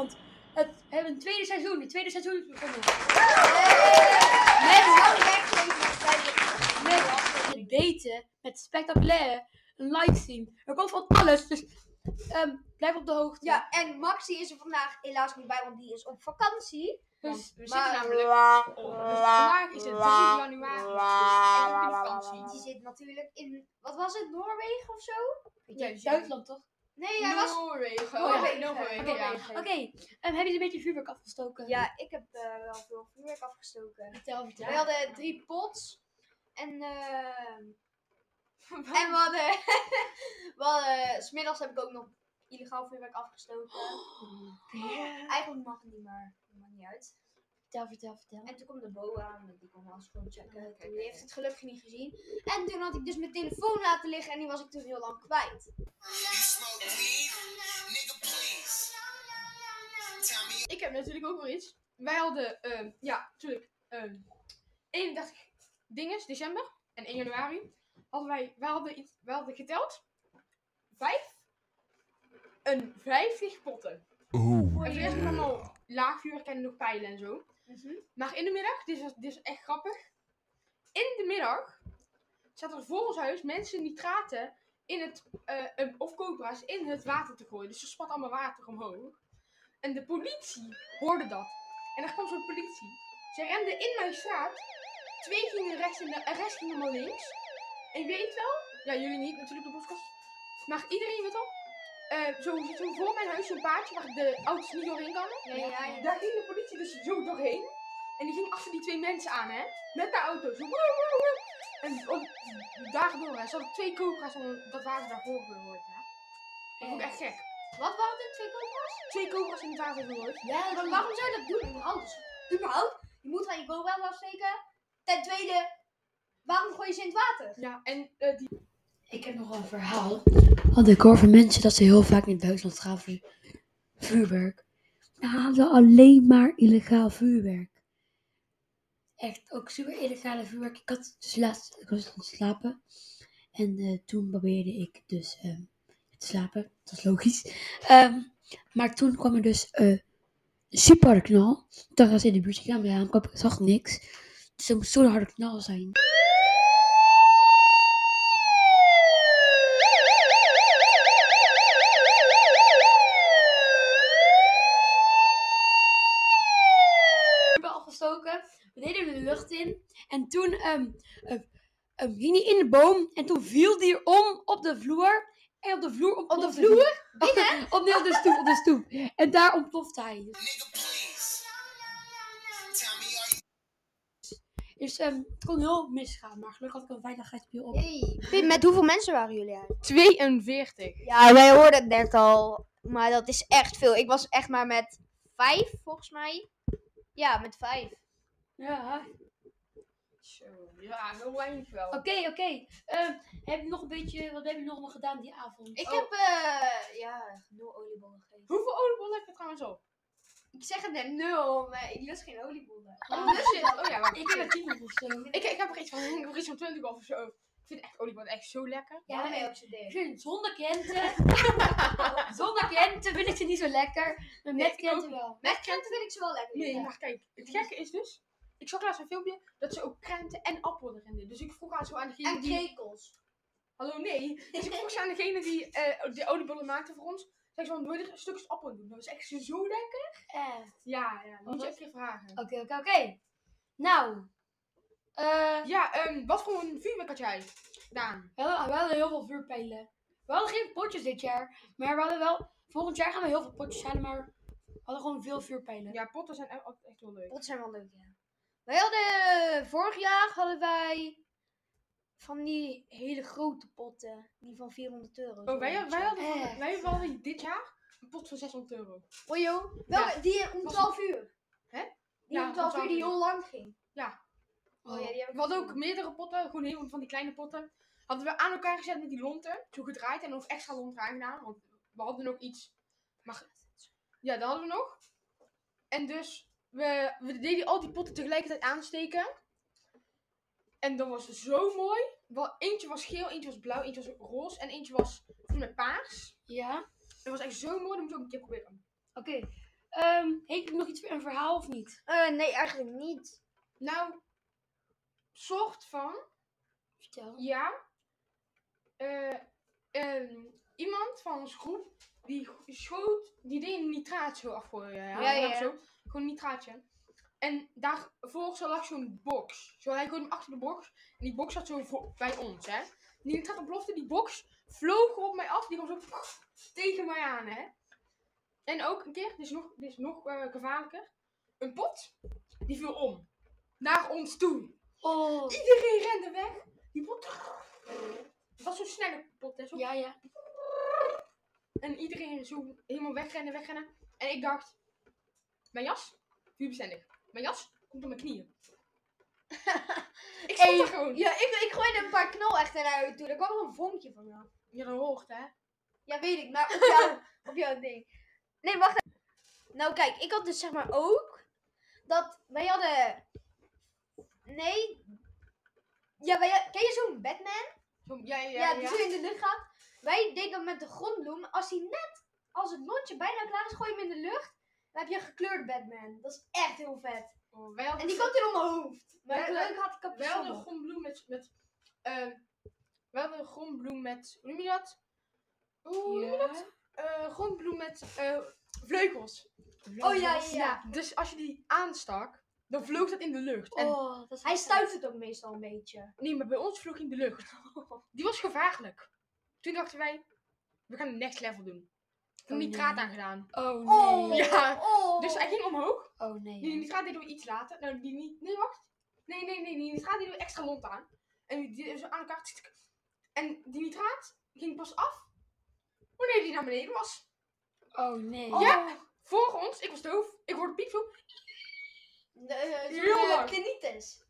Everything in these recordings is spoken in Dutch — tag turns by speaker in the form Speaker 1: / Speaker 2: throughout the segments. Speaker 1: het, we hebben een tweede seizoen. Het tweede seizoen is begonnen. Met, met daten, met spectaculaire, een live zien. Er komt van alles, dus ehm, blijf op de hoogte.
Speaker 2: Ja, en Maxi is er vandaag helaas niet bij, want die is op vakantie.
Speaker 1: dus,
Speaker 2: Maar-
Speaker 3: We zitten namelijk.
Speaker 1: dus
Speaker 3: Oh,
Speaker 1: vandaag is het 3 januari.
Speaker 3: dus
Speaker 2: Die zit natuurlijk in, wat was het, Noorwegen of zo?
Speaker 1: Ja, dus- Duitsland toch?
Speaker 2: Nee, hij was...
Speaker 3: Noorwegen.
Speaker 2: Oh, ja.
Speaker 3: Oh, ja. Noorwegen.
Speaker 1: Oké,
Speaker 3: ja.
Speaker 1: oké. Ehm, hebben jullie een beetje vuurwerk afgestoken?
Speaker 2: Ja, ik heb eh, wel veel vuurwerk afgestoken.
Speaker 1: Vertel, vertel.
Speaker 2: We hadden drie pots. En, eh, en we hadden... we hadden... eh, Smiddags heb ik ook nog illegaal vuurwerk afgestoken.
Speaker 3: Oh,
Speaker 2: Eigenlijk mag het niet, maar dat maakt niet uit.
Speaker 1: Vertel, vertel, vertel.
Speaker 2: En toen kwam de boa aan, want die kwam alles gewoon checken.
Speaker 3: Oké,
Speaker 2: die
Speaker 3: oké.
Speaker 2: heeft het gelukkig niet gezien. En toen had ik dus mijn telefoon laten liggen en die was ik toen heel lang kwijt.
Speaker 4: You smoke weed? Nigga, please. Tell me
Speaker 3: Ik heb natuurlijk ook weer iets. Wij hadden, ehm, ja, natuurlijk, ehm 31 dinges, december en 1 januari. Hadden wij, wij hadden, iets, wij hadden geteld. Vijf. Een vijftig potten.
Speaker 5: Oeh.
Speaker 3: En voor de rest waren allemaal laag vuurwerk en nog pijlen en zo. Maar in de middag, dit is, dit is echt grappig. In de middag zaten er voor ons huis mensen nitraten in het, eh, eh, of cobra's in het water te gooien. Dus ze spat allemaal water omhoog. En de politie hoorde dat. En er kwam zo'n politie. Ze renden in mijn straat. Twee gingen rechts en de en rest ging helemaal links. En je weet wel, ja jullie niet natuurlijk de podcast. Maar iedereen weet wel. Eh zo zit zo voor mijn huis zo'n paadje waar de auto's niet doorheen kan.
Speaker 2: Ja, ja, ja.
Speaker 3: Daar ging de politie dus zo doorheen. En die ging achter die twee mensen aan, hè? Met de auto. Zo. woe, woe, woe. En op, daardoor, hè. Ze hadden twee cobra's om dat water daarvoor gehoord, hè? Dat vond ik echt gek.
Speaker 2: Wat waren dit twee koopers?
Speaker 3: Twee cobra's in het water gehoord.
Speaker 2: Ja, dan waarom zou je dat doen überhaupt? Dus, überhaupt, je moet aan je boa afsteken. Ten tweede, waarom gooi je ze in het water?
Speaker 3: Ja, en eh, die...
Speaker 1: Ik heb nog wel een verhaal. Want ik hoor van mensen dat ze heel vaak naar Duitsland gaan voor vuurwerk. Ze halen alleen maar illegaal vuurwerk. Echt, ook super illegale vuurwerk. Ik had dus laatst, ik was aan het slapen. En eh, toen probeerde ik dus ehm, te slapen. Dat is logisch. Ehm, maar toen kwam er dus eh, een super knal. Toen was in de buurt gegaan, maar ja, ik zag niks. Dus het moest zo'n harde knal zijn. hebben afgestoken. We deden hem de lucht in. En toen ehm, eh, ehm, ging hij in de boom. En toen viel hij om op de vloer. En op de vloer op de vloer? op, nee, op de stoep, op de stoep. En daar ontplofte hij.
Speaker 4: Nigga, please. Tell me, are you
Speaker 1: Dus ehm, het kon heel misgaan. Maar gelukkig had ik een veiligheidsspiel op.
Speaker 2: Hey. Met hoeveel mensen waren jullie eigenlijk?
Speaker 3: 42.
Speaker 2: Ja, wij hoorden het net al. Maar dat is echt veel. Ik was echt maar met vijf, volgens mij. Ja, met vijf.
Speaker 1: Ja.
Speaker 3: Zo. Ja, heel weinig wel.
Speaker 1: Oké, oké. Ehm, heb je nog een beetje, wat heb je nog allemaal gedaan die avond? Oh,
Speaker 2: Ik
Speaker 3: Oh.
Speaker 2: heb, eh ja, nul oliebollen gegeten.
Speaker 3: Hoeveel oliebollen heb je trouwens op?
Speaker 2: Ik zeg het net nul, maar ik lust geen oliebollen.
Speaker 3: Oh, shit. Oh ja, wacht.
Speaker 1: Ah, ik heb er tien of zo.
Speaker 3: Ik, ik heb er iets van, ik heb er iets van 20 of zo. Ik vind echt oliebollen echt zo lekker.
Speaker 2: Ja, eh,
Speaker 1: nee.
Speaker 2: nee, ook zo
Speaker 1: Ik
Speaker 2: dik.
Speaker 1: vind zonder krenten. zonder krenten vind ik ze niet zo lekker. Maar
Speaker 3: Nee,
Speaker 1: met
Speaker 3: ik
Speaker 1: krenten
Speaker 3: ook
Speaker 1: wel.
Speaker 2: Met krenten vind ik ze wel lekker.
Speaker 3: Nee,
Speaker 2: ja.
Speaker 3: maar kijk, het gekke is dus, ik zag laatst een filmpje dat ze ook krenten en appel erin deden. Dus ik vroeg aan zo aan degene
Speaker 2: En
Speaker 3: die...
Speaker 2: krekels.
Speaker 3: Hallo, nee. Dus ik vroeg ze aan degene die eh, de oliebollen maakte voor ons. Zeg ze van, wil je er een stukje appel doen? Dat is echt zo lekker.
Speaker 1: Echt.
Speaker 3: Ja, ja. Moet
Speaker 1: was
Speaker 3: je
Speaker 1: het?
Speaker 3: echt keer vragen.
Speaker 1: Eh, Oké, oké, oké. Nou. eh
Speaker 3: Ja, ehm, wat voor een vuurwerk had jij, Daan?
Speaker 1: we, hadden, we hadden heel veel vuurpijlen. We hadden geen potjes dit jaar. Maar we hadden wel... Volgend jaar gaan we heel veel potjes halen, maar... We hadden gewoon veel vuurpijlen.
Speaker 3: Ja, potten zijn e- altijd echt wel leuk.
Speaker 2: Dat zijn wel leuk, ja. Wij hadden, vorig jaar hadden wij van die hele grote potten. Die van 400 euro.
Speaker 3: Oh, wij, wij, hadden, van-
Speaker 2: Echt?
Speaker 3: wij hadden dit jaar een pot van 600 euro.
Speaker 2: Oh joh, welke, die om
Speaker 3: Was-
Speaker 2: 12 uur.
Speaker 3: Hè?
Speaker 2: Die
Speaker 3: Ja,
Speaker 2: om 12
Speaker 3: om
Speaker 2: uur die
Speaker 3: 12
Speaker 2: heel
Speaker 3: uur.
Speaker 2: lang ging.
Speaker 1: Oh,
Speaker 2: die heb ik
Speaker 3: We hadden ook
Speaker 2: gezien.
Speaker 3: meerdere potten, gewoon heel veel van die kleine potten. Hadden we aan elkaar gezet met die lonten, zo gedraaid en nog extra lonten aangedaan. Want we hadden nog iets. Maar, ja, dat hadden we nog. En dus, we, we deden al die potten tegelijkertijd aansteken. En dat was zo mooi. Wel, eentje was geel, eentje was blauw, eentje was roze en eentje was groen met paars.
Speaker 1: Ja?
Speaker 3: Dat was echt zo mooi, dat moet je ook een keer proberen.
Speaker 1: Oké. Ehm heeft u nog iets, een verhaal of niet?
Speaker 2: Eh, nee, eigenlijk niet.
Speaker 3: Nou, soort van.
Speaker 1: Vertel.
Speaker 3: Ja. Eh, ehm, iemand van ons groep die schoot, die deed een nitraatje afgooien. Ja,
Speaker 2: Ja, ja.
Speaker 3: Of zo. Gewoon een nitraatje. En daarvoor zo lag zo'n box. Zo, hij gooide hem achter de box. En die box zat zo vo- bij ons, hè. Die nitraat ontplofte, die box vloog op mij af. Die kwam zo tegen mij aan, hè. En ook een keer, dit is nog, dit is nog eh, gevaarlijker. Een pot, die viel om. Naar ons toe.
Speaker 1: Oh.
Speaker 3: Iedereen rende weg. Die pot. Het was zo'n snelle pot, hè? zo.
Speaker 1: Ja, ja.
Speaker 3: En iedereen zo helemaal wegrennen, wegrennen. En ik dacht, mijn jas, vuurbestendig. Mijn jas komt op mijn knieën. ik stond er gewoon.
Speaker 2: Ja, ik, ik gooide een paar knol echt naar jou toe. Er kwam er een vonkje van jou.
Speaker 3: Ja, dat hoort, hè?
Speaker 2: Ja, weet ik, maar op, jou, op jouw ding. Nee, wacht even. Nou, kijk, ik had dus zeg maar ook dat wij hadden. Nee. Ja, wij, ken je zo'n Batman?
Speaker 3: Zo, ja, ja,
Speaker 2: Ja,
Speaker 3: ja.
Speaker 2: die zo in de lucht gaat. Wij deden dat met de grondbloem. Als hij net, als het lontje bijna klaar is, gooi je hem in de lucht. Dan heb je een gekleurd Batman. Dat is echt heel vet.
Speaker 3: Oh, wij hadden-
Speaker 2: En die komt in om mijn hoofd. Maar
Speaker 3: Wij-
Speaker 2: gelukkig had ik
Speaker 3: wij hadden een
Speaker 2: capuchon.
Speaker 3: grondbloem met... met ehm, wij hadden een grondbloem met... Hoe noem je dat? Hoe noem je dat? Eh, grondbloem met eh, vleugels.
Speaker 2: Oh ja, ja, ja.
Speaker 3: Ja, dus als je die aanstak, dan vloog dat in de lucht. En
Speaker 1: Oh, dat is
Speaker 2: Hij
Speaker 1: wel
Speaker 2: stuit het ook meestal een beetje.
Speaker 3: nee, maar bij ons vloog hij in de lucht. Die was gevaarlijk. Toen dachten wij, we gaan het next level doen. Toen
Speaker 1: Oh,
Speaker 3: die nitraat
Speaker 1: nee.
Speaker 3: aangedaan.
Speaker 1: vet. Oh,
Speaker 2: Oh,
Speaker 1: nee.
Speaker 3: Ja.
Speaker 2: Oh.
Speaker 3: Dus hij ging omhoog.
Speaker 1: Oh, nee.
Speaker 3: Die nitraat deden we iets later. Nou, die niet. Nee, wacht. Nee, nee, nee. Die nitraat deden we extra lont aan. En die deden zo aan elkaar. tsk, tsk. En die nitraat ging pas af wanneer die naar beneden was.
Speaker 1: Oh, nee.
Speaker 3: Ja, voor ons. Ik was doof. Ik hoorde piepzoek.
Speaker 2: De, eh, zo'n,
Speaker 3: Heel
Speaker 2: eh,
Speaker 3: lang.
Speaker 2: tinnitus.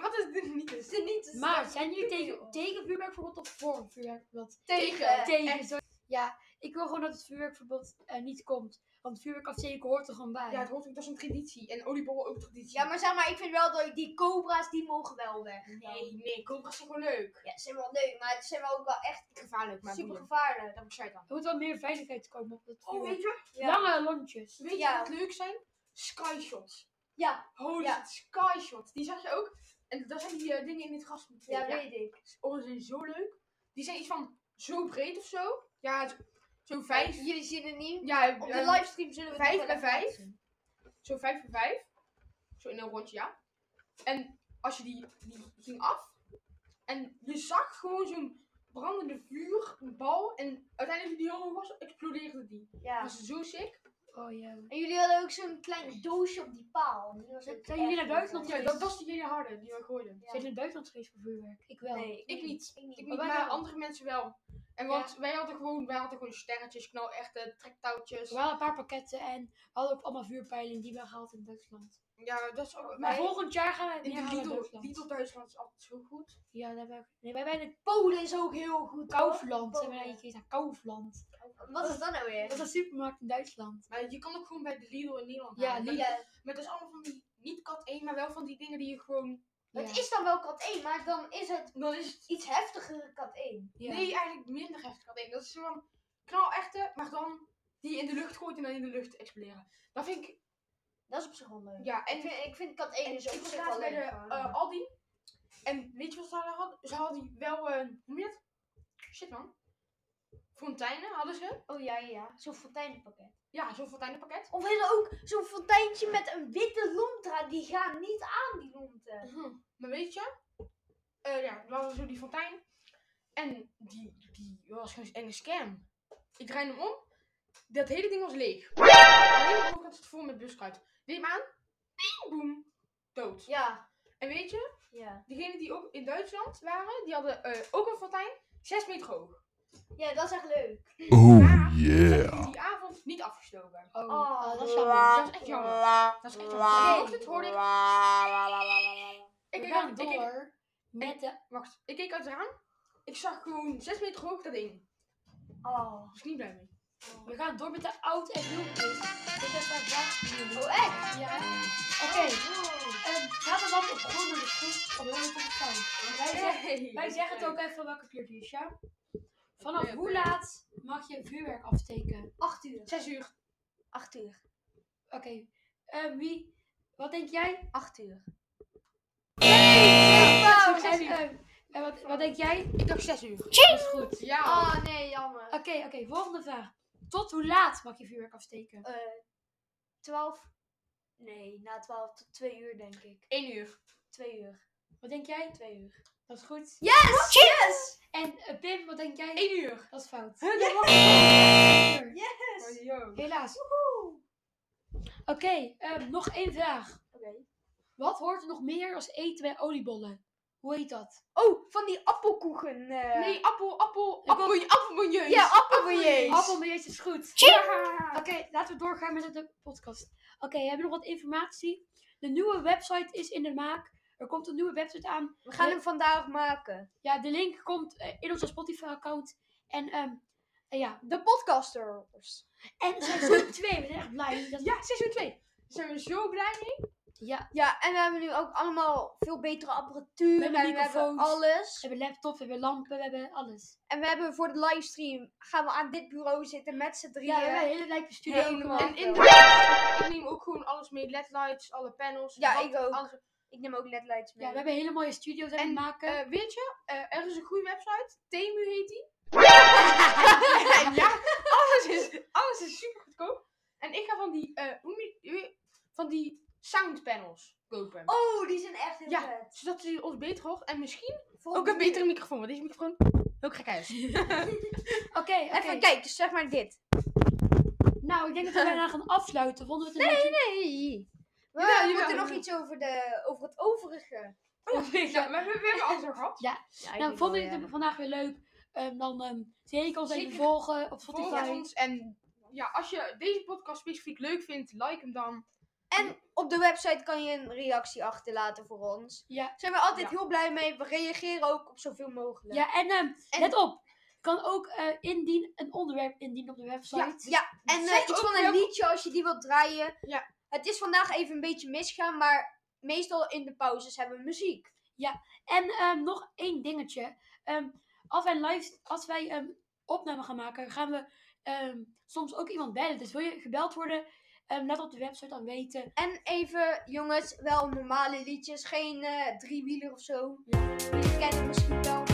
Speaker 3: Wat is dit niet? eens?
Speaker 2: Tinnitus.
Speaker 1: Maar zijn jullie tegen, tegen vuurwerkverbod of voor een vuurwerkverbod?
Speaker 2: Tegen.
Speaker 1: tegen. zo- Ja, ik wil gewoon dat het vuurwerkverbod eh, niet komt. Want vuurwerkafsteken hoort er gewoon bij.
Speaker 3: Ja, het hoort ook. Dat is een traditie. En oliebollen ook traditie.
Speaker 2: Ja, maar zeg maar, ik vind wel dat die cobra's, die mogen wel weg.
Speaker 3: Nee, nee. Cobra's zijn gewoon leuk.
Speaker 2: Ja, ze zijn wel leuk, maar ze zijn wel ook wel echt
Speaker 3: Gevaarlijk, maar
Speaker 2: super
Speaker 3: boeien.
Speaker 2: gevaarlijk.
Speaker 3: Dat moet zij dan.
Speaker 1: Er moet wel meer veiligheid komen op dat
Speaker 3: Oh,
Speaker 1: vuurwerk.
Speaker 3: weet je,
Speaker 2: Ja.
Speaker 1: Lange lontjes.
Speaker 3: weet je
Speaker 2: Ja.
Speaker 3: wat leuk zijn? Skyshots.
Speaker 2: Ja,
Speaker 3: Holy
Speaker 2: Ja.
Speaker 3: shit, skyshots. Die zag je ook. En daar zijn die eh, dingen in het gras.
Speaker 2: ja, weet ik.
Speaker 3: Oh, die zijn zo leuk. Die zijn iets van zo breed of zo. Ja, zo- zo'n vijf.
Speaker 2: Jullie zien het niet.
Speaker 3: Ja,
Speaker 2: Op de
Speaker 3: eh,
Speaker 2: livestream zullen we het
Speaker 3: vijf
Speaker 2: nog
Speaker 3: bij
Speaker 2: wel
Speaker 3: vijf?
Speaker 2: laten zien.
Speaker 3: Zo'n vijf voor vijf. Zo in een rondje, ja. En als je die, die ging af. En je zag gewoon zo'n brandende vuurbal. En uiteindelijk toen die heel hoog was, explodeerde die.
Speaker 2: Ja.
Speaker 3: Dat was zo sick.
Speaker 1: Oh ja.
Speaker 2: En jullie hadden ook zo'n klein doosje op die paal. Die was
Speaker 1: Zijn
Speaker 2: ook
Speaker 1: jullie
Speaker 2: echt
Speaker 1: naar buiten
Speaker 2: leuk.
Speaker 1: nog-
Speaker 3: Ja, dat was die hele harde die we gooiden.
Speaker 2: Ja.
Speaker 1: Zijn jullie buitenland geweest voor vuurwerk? Ik wel.
Speaker 2: Nee,
Speaker 3: Ik niet.
Speaker 2: Ik niet.
Speaker 3: Ik niet,
Speaker 1: wij
Speaker 3: maar
Speaker 1: wel.
Speaker 3: andere mensen wel. En want wij hadden gewoon, wij hadden gewoon sterretjes, knal echte trektouwtjes.
Speaker 1: We hadden een paar pakketten en we hadden ook allemaal vuurpijlen die we gehaald in Duitsland.
Speaker 3: Ja, dat is ook.
Speaker 1: Maar
Speaker 3: wij-
Speaker 1: volgend jaar gaan we het
Speaker 3: in
Speaker 1: meer
Speaker 3: de
Speaker 1: halen in
Speaker 3: Lidl,
Speaker 1: Duitsland.
Speaker 3: Lidl Duitsland is altijd zo goed.
Speaker 1: Ja, daar hebben we... Nee, wij bij de
Speaker 2: Polen is ook heel goed.
Speaker 1: Kaufland.
Speaker 2: hoor.
Speaker 1: Zijn we naar geweest naar Kaufland.
Speaker 2: Wat is dat nou
Speaker 1: Dat is
Speaker 2: weer?
Speaker 1: een supermarkt in Duitsland.
Speaker 3: Maar je kan ook gewoon bij de Lidl in Nederland
Speaker 1: Ja,
Speaker 3: halen. Maar-
Speaker 2: Ja,
Speaker 3: Maar dat is allemaal van die, niet kat 1, maar wel van die dingen die je gewoon...
Speaker 1: Ja.
Speaker 2: Het is dan wel kat 1, maar dan is het
Speaker 3: Dan is het...
Speaker 2: iets heftigere kat 1.
Speaker 1: Ja.
Speaker 3: Nee, eigenlijk minder heftig kat 1. Dat is zo van knal echte, maar dan die je in de lucht gooit en dan in de lucht exploderen. Dat vind ik...
Speaker 2: Dat is op zich wel leuk.
Speaker 3: Ja, en
Speaker 2: Ik vind, ik vind kat
Speaker 3: En
Speaker 2: 1
Speaker 3: ik
Speaker 2: dus ook op
Speaker 3: was
Speaker 2: zich wel
Speaker 3: laatst bij de
Speaker 2: leuk.
Speaker 3: eh, Aldi. En weet je wat ze daar hadden? Ze hadden wel, eh hoe noem je dat? Shit man. Fonteinen hadden ze.
Speaker 2: oh ja, ja, ja. Zo'n fonteinenpakket.
Speaker 3: Ja, zo'n fonteinenpakket.
Speaker 2: Of is er ook zo'n fonteintje met een witte lontra? Die gaan niet aan, die lonten.
Speaker 1: Oh,
Speaker 3: Maar weet je? eh, ja, we hadden zo die fontein. En die, die was gewoon een enge scam. Ik draaide hem om. Dat hele ding was leeg. Alleen de bovenkant zat vol met buskruid. Deed hem aan. Bing, boem. Dood.
Speaker 2: Ja,
Speaker 3: En weet je?
Speaker 2: ja.
Speaker 3: Degenen die ook in Duitsland waren, die hadden eh, ook een fontein. 6 meter hoog.
Speaker 2: Ja, dat is echt leuk.
Speaker 3: Maar
Speaker 5: Oh
Speaker 3: ze
Speaker 5: yeah.
Speaker 3: hebben die avond niet afgestoken.
Speaker 1: Oh,
Speaker 2: Oh,
Speaker 1: dat is jammer.
Speaker 3: Dat is echt jammer. Dat is echt jammer.
Speaker 2: Nee.
Speaker 3: Vanochtend hoorde ik... Ik
Speaker 1: We
Speaker 3: keek,
Speaker 1: gaan
Speaker 3: uit, ik keek-
Speaker 1: door met de...
Speaker 3: wacht, ik keek uit het raam. Ik zag gewoon 6 meter hoog dat ding. Daar
Speaker 2: Oh.
Speaker 3: was ik niet blij mee.
Speaker 1: We gaan door met de oud en nieuw quiz. Ik Oh. heb daar vragen
Speaker 2: Oh, echt?
Speaker 1: Ja. Oké. ehm, Gaat er wat op groen en de groen op rood op fout? Wij zeggen... Wij zeggen het ook even welke kleur die is, ja? Vanaf
Speaker 3: Oké, oké.
Speaker 1: hoe laat mag je vuurwerk afsteken?
Speaker 2: 8 uur.
Speaker 3: 6 uur.
Speaker 2: 8 uur.
Speaker 1: Oké, eh, wie? Wat denk jij?
Speaker 2: Acht uur.
Speaker 1: Oh,
Speaker 3: zes
Speaker 1: en,
Speaker 3: uur.
Speaker 1: eh, en wat, wat denk jij?
Speaker 3: Ik dacht 6 uur.
Speaker 1: Dat is goed. Oké,
Speaker 3: Ja.
Speaker 2: Oh nee, jammer.
Speaker 1: oké, volgende vraag. Tot hoe laat mag je vuurwerk afsteken?
Speaker 2: Eh, 12. Nee, na 12 tot 2 uur denk ik.
Speaker 3: 1 uur.
Speaker 2: 2 uur.
Speaker 1: Wat denk jij?
Speaker 2: 2 uur.
Speaker 1: Dat is goed.
Speaker 2: Yes! Yes!
Speaker 1: En eh, Pim, wat denk jij?
Speaker 3: 1 uur.
Speaker 1: Dat is fout.
Speaker 3: Huh,
Speaker 1: Ja.
Speaker 3: dat was
Speaker 1: Uur.
Speaker 2: Yes!
Speaker 1: Helaas. Oké, eh, nog één vraag.
Speaker 2: Oké.
Speaker 1: Wat hoort er nog meer als eten bij oliebollen? Hoe heet dat?
Speaker 2: Oh, van die appelkoeken. eh. Oh,
Speaker 3: Nee, appel, appel,
Speaker 1: Ik wil-
Speaker 3: appel, appelmiljeus.
Speaker 2: ja, appelbeignets.
Speaker 1: Appelmiljees is goed.
Speaker 3: Ja.
Speaker 2: Ah.
Speaker 1: Oké, laten we doorgaan met de podcast. Oké, hebben we nog wat informatie? De nieuwe website is in de maak. Er komt een nieuwe website aan.
Speaker 2: We gaan hem vandaag maken.
Speaker 1: Ja, de link komt eh, in onze Spotify-account. En, ehm, eh, ja.
Speaker 2: De podcasters.
Speaker 1: en seizoen 2, we zijn echt blij. Dat...
Speaker 3: Ja, seizoen 2. Daar zijn we zo blij mee.
Speaker 1: ja,
Speaker 2: Ja, en we hebben nu ook allemaal veel betere apparatuur.
Speaker 1: We hebben
Speaker 2: en we hebben
Speaker 1: microfoons. we
Speaker 2: alles.
Speaker 1: hebben laptop, we hebben lampen, we hebben alles.
Speaker 2: En we hebben voor de livestream gaan we aan dit bureau zitten met z'n drieën.
Speaker 1: Ja, we hebben een hele lijpe studio.
Speaker 2: Helemaal.
Speaker 1: gemaakt.
Speaker 3: En in de ik neem ook gewoon alles mee. LED-lights, alle panels.
Speaker 2: Ja,
Speaker 3: wat-
Speaker 2: ik ook.
Speaker 3: alles.
Speaker 2: Ik neem ook ledlights mee.
Speaker 1: Ja, we hebben hele mooie studio's aan het
Speaker 3: En,
Speaker 1: maken.
Speaker 3: Eh, weet je, eh, er is een goede website. Temu heet die. ja, alles is, alles is super goedkoop. En ik ga van die, eh, hoe noem je- hoe- van die soundpanels kopen.
Speaker 2: Oh, die zijn echt heel
Speaker 3: Ja.
Speaker 2: vet.
Speaker 3: Zodat ze ons beter hoort. En misschien ook
Speaker 2: Volgende
Speaker 3: een betere microfoon. Want deze microfoon heel gek uit.
Speaker 1: Oké, oké.
Speaker 2: Even kijken, dus zeg maar dit.
Speaker 1: Nou, ik denk dat we daarna gaan afsluiten. Vonden we het een beetje...
Speaker 2: Nee. We
Speaker 3: Jawel, jawel.
Speaker 2: moeten nog iets over, de, over het overige.
Speaker 3: Oh, Ja, maar we, we hebben alles al gehad.
Speaker 1: Nou, vond ik het vandaag weer leuk. Ehm, dan ehm zeker ons even
Speaker 3: Zeker.
Speaker 1: volgen op
Speaker 3: Volg
Speaker 1: Spotify.
Speaker 3: ons. En ja, als je deze podcast specifiek leuk vindt, like hem dan.
Speaker 2: En op de website kan je een reactie achterlaten voor ons.
Speaker 1: Ja.
Speaker 2: Daar zijn we altijd
Speaker 3: Ja.
Speaker 2: heel blij mee. We reageren ook op zoveel mogelijk.
Speaker 1: Ja, en, ehm,
Speaker 2: En-
Speaker 1: let op. Je kan ook eh, indien, een onderwerp indienen op de website.
Speaker 2: Ja, ja. en eh,
Speaker 3: Zeg
Speaker 2: iets
Speaker 3: ook
Speaker 2: van een
Speaker 3: welke-
Speaker 2: liedje als je die wilt draaien.
Speaker 3: Ja.
Speaker 2: Het is vandaag even een beetje misgaan, maar meestal in de pauzes hebben we muziek.
Speaker 1: En ehm, nog één dingetje. Ehm, als wij, live, als wij ehm, opname gaan maken, gaan we ehm, soms ook iemand bellen. Dus wil je gebeld worden, ehm, laat op de website dan weten.
Speaker 2: En even, jongens, wel normale liedjes. Geen eh driewieler of zo. Jullie kennen het misschien wel.
Speaker 1: dus, eh,